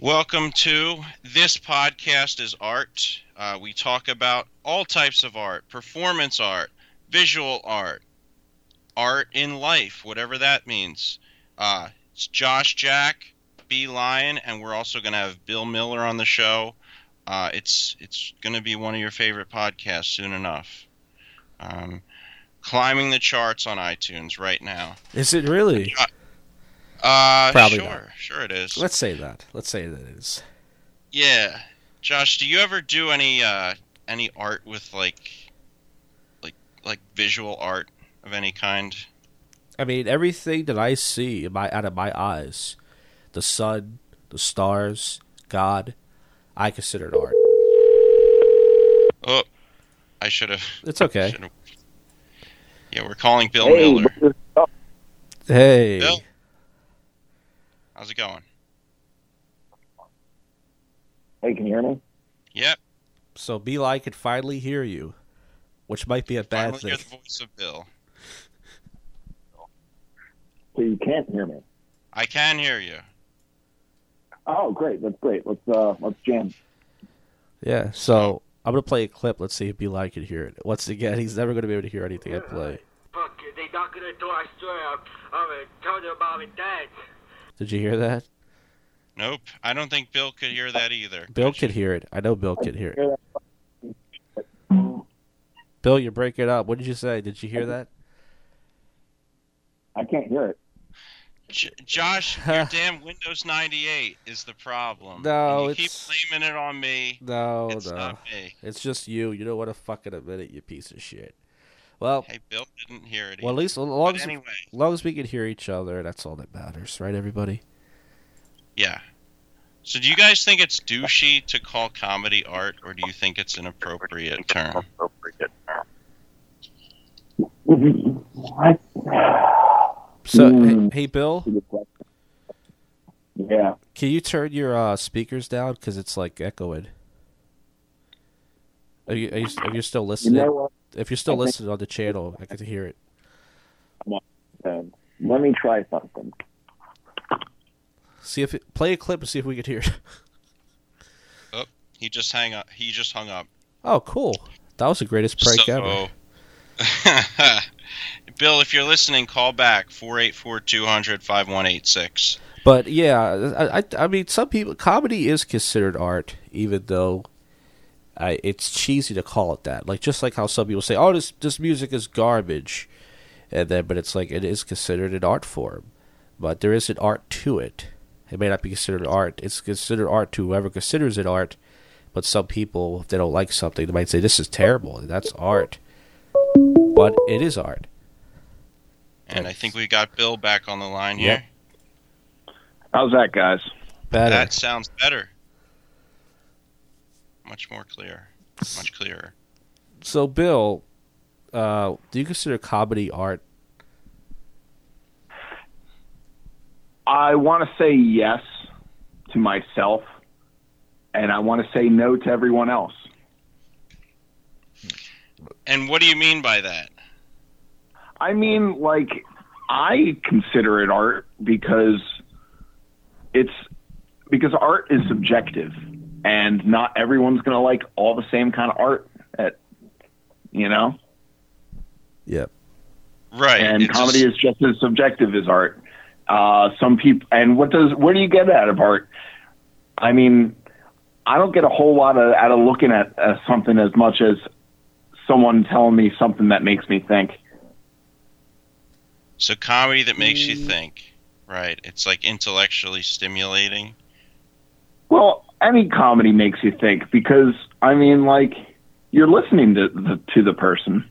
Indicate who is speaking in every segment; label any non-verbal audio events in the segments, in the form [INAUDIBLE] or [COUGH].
Speaker 1: Welcome to this podcast is art. Uh, we talk about all types of art, performance art, visual art, art in life, whatever that means. Uh, it's Josh Jack, B Lion, and we're also going to have Bill Miller on the show. Uh, it's it's going to be one of your favorite podcasts soon enough. Um, climbing the charts on iTunes right now.
Speaker 2: Is it really?
Speaker 1: Uh,
Speaker 2: Probably
Speaker 1: sure,
Speaker 2: not.
Speaker 1: sure it is.
Speaker 2: Let's say that. Let's say that it is.
Speaker 1: Yeah, Josh, do you ever do any uh, any art with like like like visual art of any kind?
Speaker 2: I mean, everything that I see in my out of my eyes, the sun, the stars, God, I consider it art.
Speaker 1: Oh, I should have.
Speaker 2: It's okay.
Speaker 1: Yeah, we're calling Bill
Speaker 3: Hey,
Speaker 1: Miller.
Speaker 3: what's up?
Speaker 2: Hey,
Speaker 1: Bill? How's it going?
Speaker 3: Hey, can you hear me?
Speaker 1: Yep.
Speaker 2: so Beli could finally hear you, which might be a bad
Speaker 1: Finally hear
Speaker 2: thing.
Speaker 1: the voice of Bill.
Speaker 3: So you can't hear me.
Speaker 1: I can hear you.
Speaker 3: Oh, great. That's great. Let's uh, let's jam.
Speaker 2: Yeah. So I'm gonna play a clip. Let's see if Beli could hear it. Once again, he's never gonna be able to hear anything I play.
Speaker 4: Fuck, they knock on the door, I swear, I'm, I'm gonna tell their mom and dad.
Speaker 2: Did you hear that?
Speaker 1: Nope. I don't think Bill could hear that either.
Speaker 2: Bill could hear it. I know Bill could hear it.
Speaker 3: Hear that?
Speaker 2: Bill, you're breaking up. What did you say? Did you hear that?
Speaker 3: I can't hear it. [SIGHS]
Speaker 1: J-
Speaker 2: [LAUGHS]
Speaker 1: Josh, your damn Windows 98 is the problem.
Speaker 2: No,
Speaker 1: And you
Speaker 2: it's-
Speaker 1: keep blaming it on me.
Speaker 2: No,
Speaker 1: it's
Speaker 2: no.
Speaker 1: not me.
Speaker 2: It's just you. You don't want to fuck in a minute, you piece of shit. Well,
Speaker 1: Hey, Bill didn't hear it.
Speaker 2: well, at
Speaker 1: either.
Speaker 2: least as long
Speaker 1: but
Speaker 2: as,
Speaker 1: anyway,
Speaker 2: as long as we can hear each other, that's all that matters, right, everybody?
Speaker 1: yeah. So, do you guys think it's douchey to call comedy art, or do you think it's an appropriate term?
Speaker 3: What?
Speaker 2: So,
Speaker 3: Mm.
Speaker 2: hey, hey, Bill,
Speaker 3: Yeah.
Speaker 2: can you turn your uh, speakers down because it's like echoing? Are you, are you are you still
Speaker 3: You
Speaker 2: listening?
Speaker 3: know what?
Speaker 2: if you're still
Speaker 3: I think-
Speaker 2: listening on the channel, I can hear it.
Speaker 3: Um, let me try something.
Speaker 2: See if it, play a clip and see if we could hear. it. [LAUGHS]
Speaker 1: He just hang up. He just hung up.
Speaker 2: Oh, cool! That was the greatest prank ever.
Speaker 1: So- [LAUGHS] Bill, if you're listening, call back 484 200 5186.
Speaker 2: But yeah, I, I I mean, some people comedy is considered art, even though I, it's cheesy to call it that. Like just like how some people say, "Oh, this this music is garbage," and then but it's like it is considered an art form, but there is an art to it. It may not be considered art. It's considered art to whoever considers it art. But some people, if they don't like something, they might say this is terrible. and That's art, but it is art.
Speaker 1: And I think we got Bill back on the line here.
Speaker 2: Yep.
Speaker 5: How's that, guys?
Speaker 2: Better.
Speaker 1: That sounds better. Much more clear. Much clearer.
Speaker 2: So, Bill, uh, do you consider comedy art?
Speaker 5: I want to say yes to myself, and I want to say no to everyone else.
Speaker 1: And what do you mean by that?
Speaker 5: I mean, like, I consider it art because it's because art is subjective, and not everyone's going to like all the same kind of art. At you know,
Speaker 2: Yep.
Speaker 1: Right.
Speaker 5: and
Speaker 1: it's
Speaker 5: comedy
Speaker 1: a-
Speaker 5: is just as subjective as art. Uh, some people, and what does what do you get out of art? I mean, I don't get a whole lot of, out of looking at uh, something as much as someone telling me something that makes me think.
Speaker 1: so comedy that makes you
Speaker 5: Mm.
Speaker 1: think. Right. It's like intellectually stimulating.
Speaker 5: Well, any comedy makes you think because I mean, like you're listening to the, to the person.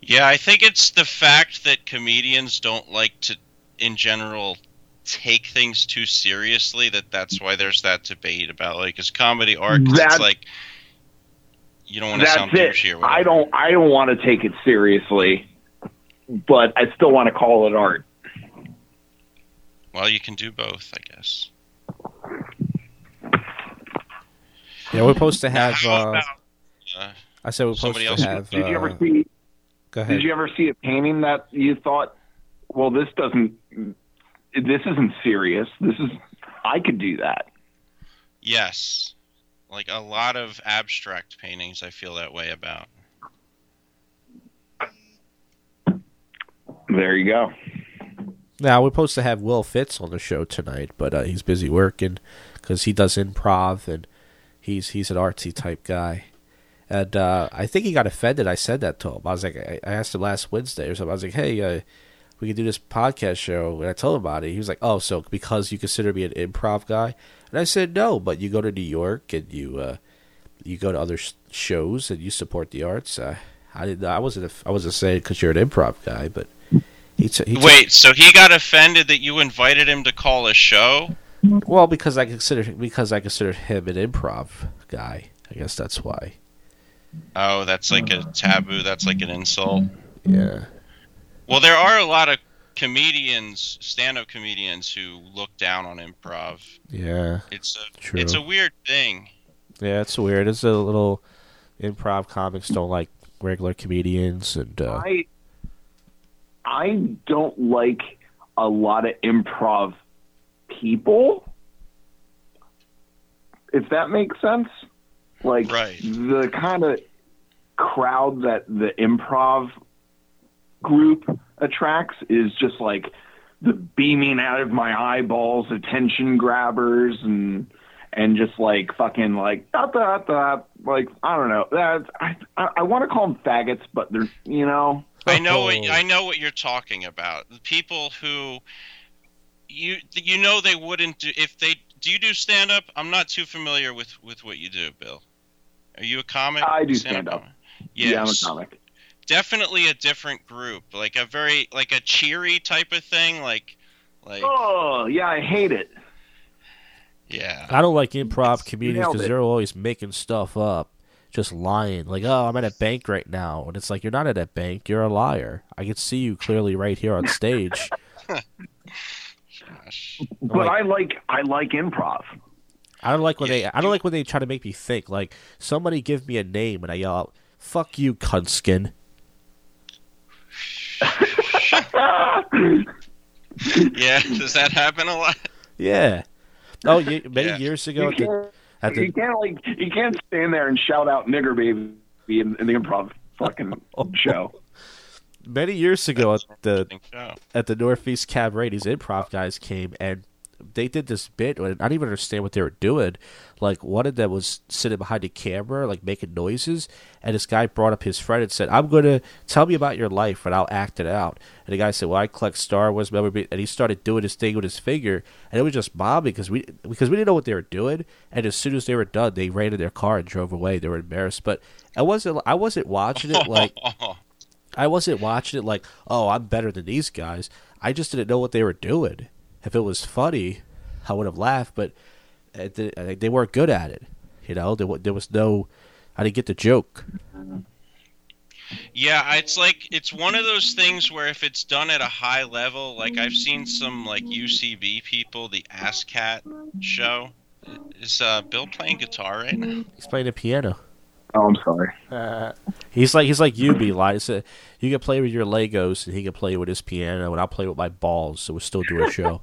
Speaker 1: Yeah, I think it's the fact that comedians don't like to, in general, take things too seriously. That that's why there's that debate about like is comedy art? 'Cause it's
Speaker 5: That-
Speaker 1: like you don't want to
Speaker 5: That's
Speaker 1: sound
Speaker 5: it.
Speaker 1: douchey or whatever.
Speaker 5: I don't I don't want to take it seriously, but I still want to call it art.
Speaker 1: Well, you can do both, I guess.
Speaker 2: Yeah, we're supposed to have.
Speaker 1: How
Speaker 2: Uh,
Speaker 1: about, uh,
Speaker 2: I said we're supposed
Speaker 1: somebody
Speaker 2: to
Speaker 1: else-
Speaker 2: have.
Speaker 5: Did you ever
Speaker 2: uh,
Speaker 5: see
Speaker 2: go ahead.
Speaker 5: Did you ever see a painting that you thought, well, this doesn't, this isn't serious. This is I could do that.
Speaker 1: Yes. Like a lot of abstract paintings I feel that way about.
Speaker 5: There you go.
Speaker 2: Now we're supposed to have Will Fitz on the show tonight, but uh, he's busy working because he does improv and he's he's an artsy type guy. And uh, I think he got offended. I said that to him. I was like, I, I asked him last Wednesday or something. I was like, hey, uh, we could do this podcast show. And I told him about it. He was like, oh, so because you consider me an improv guy? And I said, no, but you go to New York and you uh, you go to other sh- shows and you support the arts. Uh, I didn't. I wasn't. I wasn't saying because you're an improv guy, but he, t- he t-
Speaker 1: Wait, so he got offended that you invited him to call a show?
Speaker 2: Well, because I consider because I consider him an improv guy. I guess that's why.
Speaker 1: Oh, that's like a taboo. That's like an insult.
Speaker 2: Uh, Yeah.
Speaker 1: Well, there are a lot of comedians, stand-up comedians, who look down on improv.
Speaker 2: Yeah.
Speaker 1: It's a
Speaker 2: True.
Speaker 1: it's a weird thing.
Speaker 2: Yeah, it's weird. It's a little improv comics don't like regular comedians and uh
Speaker 5: I I don't like a lot of improv people. If that makes sense. Like
Speaker 1: Right.
Speaker 5: the kind of crowd that the improv group attracts is just like the beaming out of my eyeballs attention grabbers and and just like fucking like da da da like I don't know that's I I, I want to call them faggots but they're you know
Speaker 1: I know
Speaker 2: Oh.
Speaker 1: what
Speaker 5: Oh.
Speaker 1: I know what you're talking about. The people who you you know they wouldn't do if they do you do stand up? I'm not too familiar with with what you do, Bill. Are you a comic?
Speaker 5: I do
Speaker 1: Stand-up
Speaker 5: stand-up.
Speaker 1: comic?
Speaker 5: yeah I'm a
Speaker 1: Yes.
Speaker 5: comic
Speaker 1: Definitely a different group, like a very like a cheery type of thing, like like
Speaker 5: oh yeah I hate it
Speaker 1: yeah.
Speaker 2: I don't like improv comedians
Speaker 5: nailed
Speaker 2: because
Speaker 5: it.
Speaker 2: they're always making stuff up, just lying. Like, oh, I'm at a bank right now, and it's like you're not at a bank. You're a liar. I can see you clearly right here on stage.
Speaker 1: Gosh.
Speaker 5: but
Speaker 2: Like-
Speaker 5: I like I like improv
Speaker 2: I don't like when they.
Speaker 1: Yeah,
Speaker 2: I don't like when they try to make me think. Like somebody give me a name, and I yell, out, "Fuck you, cuntskin."
Speaker 1: Yeah, [LAUGHS] does that happen a lot?
Speaker 2: Yeah. Oh, ye- many
Speaker 1: Yeah.
Speaker 2: years ago
Speaker 5: you
Speaker 2: at the,
Speaker 5: can't,
Speaker 2: at the
Speaker 5: you can't like you can't stand there and shout out nigger baby in, in the improv
Speaker 2: [LAUGHS]
Speaker 5: fucking
Speaker 2: Oh.
Speaker 5: show
Speaker 2: many years ago at the
Speaker 1: I think so.
Speaker 2: at the Northeast Cabaret, these improv guys came and they did this bit. And I didn't even understand what they were doing. Like one of them was sitting behind the camera, like making noises, and this guy brought up his friend and said, "I'm gonna tell me about your life, and I'll act it out." And the guy said, "Well, I collect Star Wars memorabilia," and he started doing his thing with his finger, and it was just bombing because we because we didn't know what they were doing. And as soon as they were done, they ran in their car and drove away. They were embarrassed, but I wasn't I wasn't watching it like.
Speaker 1: Oh.
Speaker 2: I wasn't watching it like, oh, I'm better than these guys. I just didn't know what they were doing. If it was funny, I would have laughed, but it, di- I think they weren't good at it. You know, there, wa- there was no, I didn't get the joke.
Speaker 1: Yeah, it's like it's one of those things where if it's done at a high level, like I've seen some like UCB people, the Ass Cat show. Is uh, Bill playing guitar right now? [LAUGHS]
Speaker 2: He's playing the piano.
Speaker 5: oh I'm sorry
Speaker 2: He's like he's like you, be like he said, you can play with your Legos, and he can play with his piano, and I'll play with my balls. So we'll still do a
Speaker 5: [LAUGHS]
Speaker 2: show.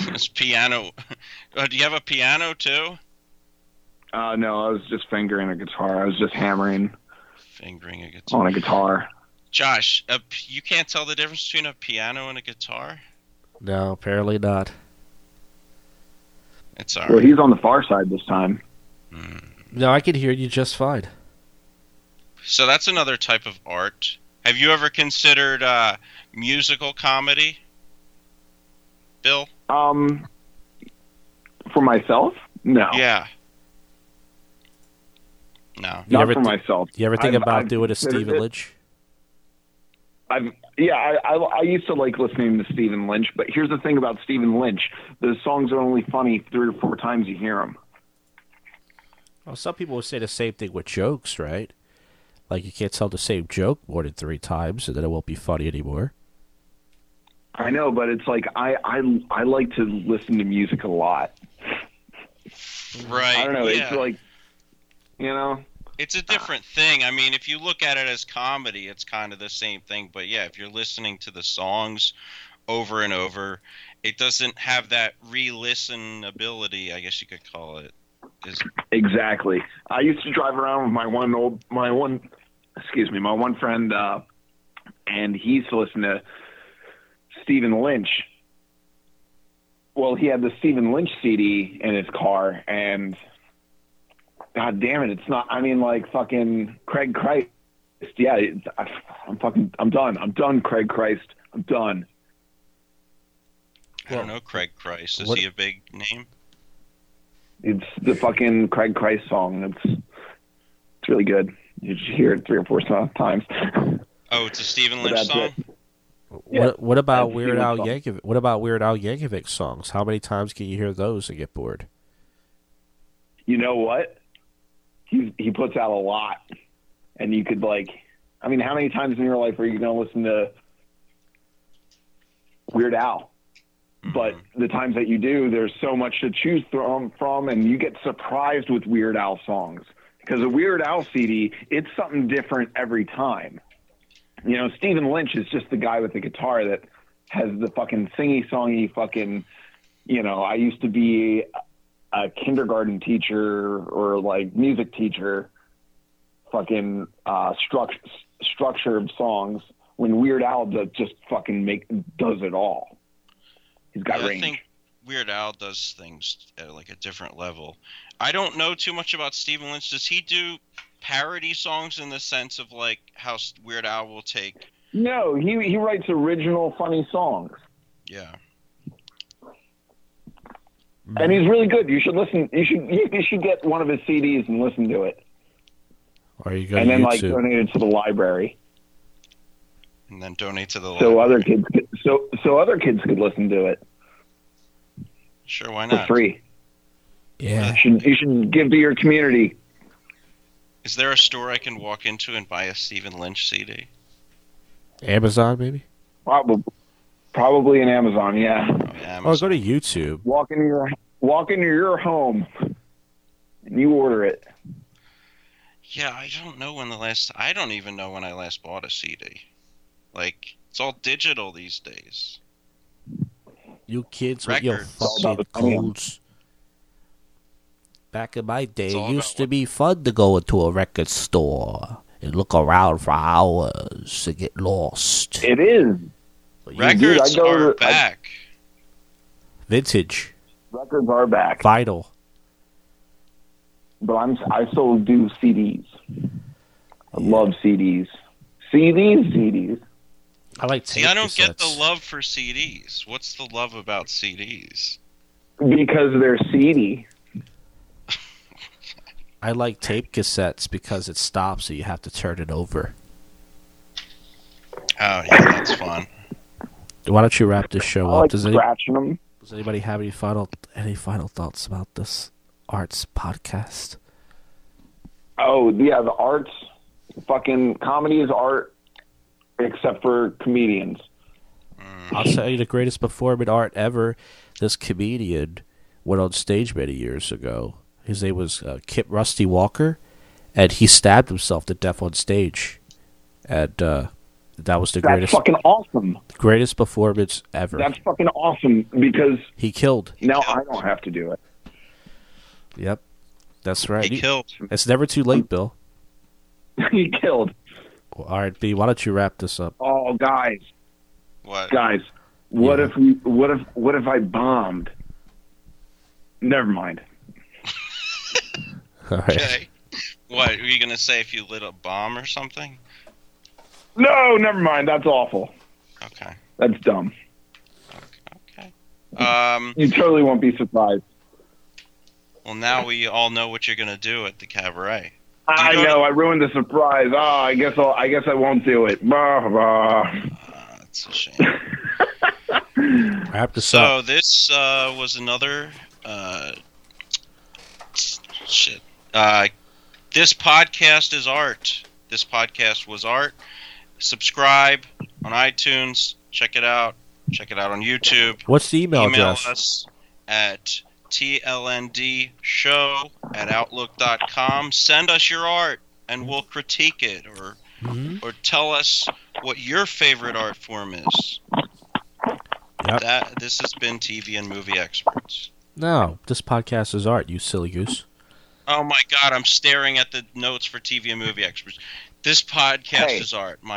Speaker 1: It's piano. Oh, do you have a piano too?
Speaker 5: Uh, no, I was just fingering a guitar. I was just hammering
Speaker 1: Fingering a guitar.
Speaker 5: on a guitar.
Speaker 1: Josh, a p you can't tell the difference between a piano and a guitar.
Speaker 2: No, apparently not.
Speaker 1: It's all
Speaker 5: Well,
Speaker 1: right.
Speaker 5: he's on the far side this time.
Speaker 2: No, I can hear you just fine.
Speaker 1: So that's another type of art. Have you ever considered uh, musical comedy, Bill?
Speaker 5: Um, for myself, no,
Speaker 1: Yeah. No.
Speaker 2: You
Speaker 5: not
Speaker 2: ever
Speaker 5: for
Speaker 2: thi-
Speaker 5: myself.
Speaker 2: You ever think
Speaker 5: I've-
Speaker 2: about
Speaker 5: I've
Speaker 2: doing a
Speaker 5: considered
Speaker 2: Steven
Speaker 5: it.
Speaker 2: Lynch?
Speaker 5: I've yeah, I, I I used to like listening to Stephen Lynch, but here's the thing about Stephen Lynch: the songs are only funny three or four times you hear them.
Speaker 2: Well, some people would say the same thing with jokes, right? Like you can't tell the same joke more than three times, and then it won't be funny anymore.
Speaker 5: I know, but it's like I I I like to listen to music a lot.
Speaker 1: Right.
Speaker 5: I don't know.
Speaker 1: Yeah.
Speaker 5: It's like uh, you know,
Speaker 1: It's a different thing. I mean, if you look at it as comedy, it's kind of the same thing. But yeah, if you're listening to the songs over and over, it doesn't have that re-listen ability, I guess you could call it. Is
Speaker 5: Exactly. I used to drive around with my one old, my one, excuse me, my one friend, uh, and he used to listen to Stephen Lynch. Well, he had the Stephen Lynch CD in his car, and God damn it, it's not. I mean, like fucking Craig Christ. Yeah, it's, I, I'm fucking. I'm done. I'm done, Craig Christ. I'm done.
Speaker 1: I don't know Craig Christ. Is
Speaker 2: What-
Speaker 1: he a big name?
Speaker 5: It's the fucking Craig Christ song. It's it's really good. You should hear it three or four so- times. [LAUGHS]
Speaker 1: Oh, it's a Stephen
Speaker 5: But
Speaker 1: Lynch
Speaker 5: that's
Speaker 1: song.
Speaker 5: Yeah,
Speaker 2: What what about
Speaker 5: I've
Speaker 2: Weird
Speaker 5: seen
Speaker 2: Al
Speaker 5: some.
Speaker 2: Yankovic? What about Weird Al Yankovic songs? How many times can you hear those and get bored?
Speaker 5: You know what? He's he puts out a lot, and you could like, I mean, how many times in your life are you going to listen to Weird Al? But the times that you do, there's so much to choose from, from, and you get surprised with Weird Al songs because a Weird Al CD, it's something different every time. You know, Stephen Lynch is just the guy with the guitar that has the fucking singy songy fucking. You know, I used to be a kindergarten teacher or like music teacher fucking uh, struct- structure of songs when Weird Al does, just fucking make does it all. He's got
Speaker 1: Yeah, I
Speaker 5: range.
Speaker 1: think Weird Al does things at like a different level. I don't know too much about Stephen Lynch. Does he do parody songs in the sense of like how S- Weird Al will take?
Speaker 5: no, he he writes original funny songs,
Speaker 1: Yeah,
Speaker 5: and he's really good. You should listen. You should you, you should get one of his CDs and listen to it,
Speaker 2: Or you go
Speaker 5: and
Speaker 2: to
Speaker 5: then like
Speaker 2: YouTube?
Speaker 5: donate it to the library
Speaker 1: and then donate to the.
Speaker 5: so uh,
Speaker 1: lab.
Speaker 5: other kids could, so so other kids could listen to it
Speaker 1: Sure, why
Speaker 5: for
Speaker 1: not?
Speaker 5: free.
Speaker 2: yeah,
Speaker 5: You should you should give to your community.
Speaker 1: Is there a store I can walk into and buy a Stephen Lynch CD?
Speaker 2: Amazon maybe.
Speaker 5: Probably, probably in Amazon. Yeah,
Speaker 1: Or Oh, Amazon?
Speaker 2: Or Oh, go to YouTube.
Speaker 5: walk into your walk into your home, and you order it.
Speaker 1: Yeah, I don't know when the last. I don't even know when I last bought a CD. Like it's all digital these days.
Speaker 2: You kids with your
Speaker 1: Records. It's
Speaker 5: all
Speaker 2: fucking
Speaker 5: about the fun.
Speaker 2: codes. Back in my day,
Speaker 1: It's
Speaker 2: it
Speaker 1: all
Speaker 2: used
Speaker 1: about
Speaker 2: to be fun to go into a record store and look around for hours and get lost.
Speaker 5: It is
Speaker 2: But you-
Speaker 1: Records
Speaker 5: dude, I go
Speaker 1: are
Speaker 5: to- I-
Speaker 1: back.
Speaker 2: Vintage,
Speaker 5: records are back,
Speaker 2: vinyl.
Speaker 5: but I'm I still do CDs. I love CDs. CDs, CDs.
Speaker 2: I like tape
Speaker 1: See, I don't get the
Speaker 2: cassettes.
Speaker 1: love for CDs. What's the love about CDs?
Speaker 5: Because they're CD.
Speaker 2: I like tape cassettes because it stops, so you have to turn it over.
Speaker 1: Oh yeah, that's fun.
Speaker 2: Why don't you wrap this show
Speaker 5: I
Speaker 2: up?
Speaker 5: like
Speaker 2: Oh, Does, any,
Speaker 5: scratching them.
Speaker 2: does anybody have any final any final thoughts about this arts podcast?
Speaker 5: Oh yeah, the arts. Fucking comedy is art, except for comedians.
Speaker 1: Mm-hmm.
Speaker 2: I'll tell you the greatest performing art ever. This comedian went on stage many years ago. His name was uh, Kip Rusty Walker, and he stabbed himself to death on stage, and uh, that was the
Speaker 5: That's
Speaker 2: greatest
Speaker 5: fucking awesome.
Speaker 2: greatest performance ever.
Speaker 5: That's fucking awesome because
Speaker 2: He killed.
Speaker 5: now I don't have to do it. [LAUGHS]
Speaker 2: Yep, that's right.
Speaker 1: He
Speaker 2: You-
Speaker 1: killed.
Speaker 2: It's never too
Speaker 1: Um,
Speaker 2: late, Bill.
Speaker 5: he killed.
Speaker 2: Well, all right, B. Why don't you wrap this up? [LAUGHS]
Speaker 5: Oh, guys,
Speaker 1: What?
Speaker 5: guys, what
Speaker 2: Yeah.
Speaker 5: if we, what if, what if I bombed? Never mind.
Speaker 2: All right.
Speaker 1: Okay. What were you gonna say if you lit a bomb or something?
Speaker 5: No, never mind. That's awful.
Speaker 1: Okay.
Speaker 5: That's dumb.
Speaker 1: Okay. Um.
Speaker 5: You totally won't be surprised.
Speaker 1: Well, now we all know what you're gonna do at the cabaret.
Speaker 5: I
Speaker 1: You know-
Speaker 5: know I ruined the surprise. Oh, I guess I'll, I guess I won't do it. Bah, bah.
Speaker 1: Uh, that's a shame.
Speaker 2: Wrap this up.
Speaker 1: So this uh, was another uh, shit. Uh, this podcast is art. This podcast was art. Subscribe on iTunes. Check it out. Check it out on YouTube.
Speaker 2: What's the email,
Speaker 1: Email
Speaker 2: address?
Speaker 1: us at tlndshow at outlook.com. Send us your art, and we'll critique it or Mm-hmm. or tell us what your favorite art form is.
Speaker 2: Yep.
Speaker 1: That this has been TV and movie experts.
Speaker 2: No, this podcast is art, you silly goose.
Speaker 1: Oh my God, I'm staring at the notes for TV and movie experts. This podcast
Speaker 5: Hey.
Speaker 1: is art. My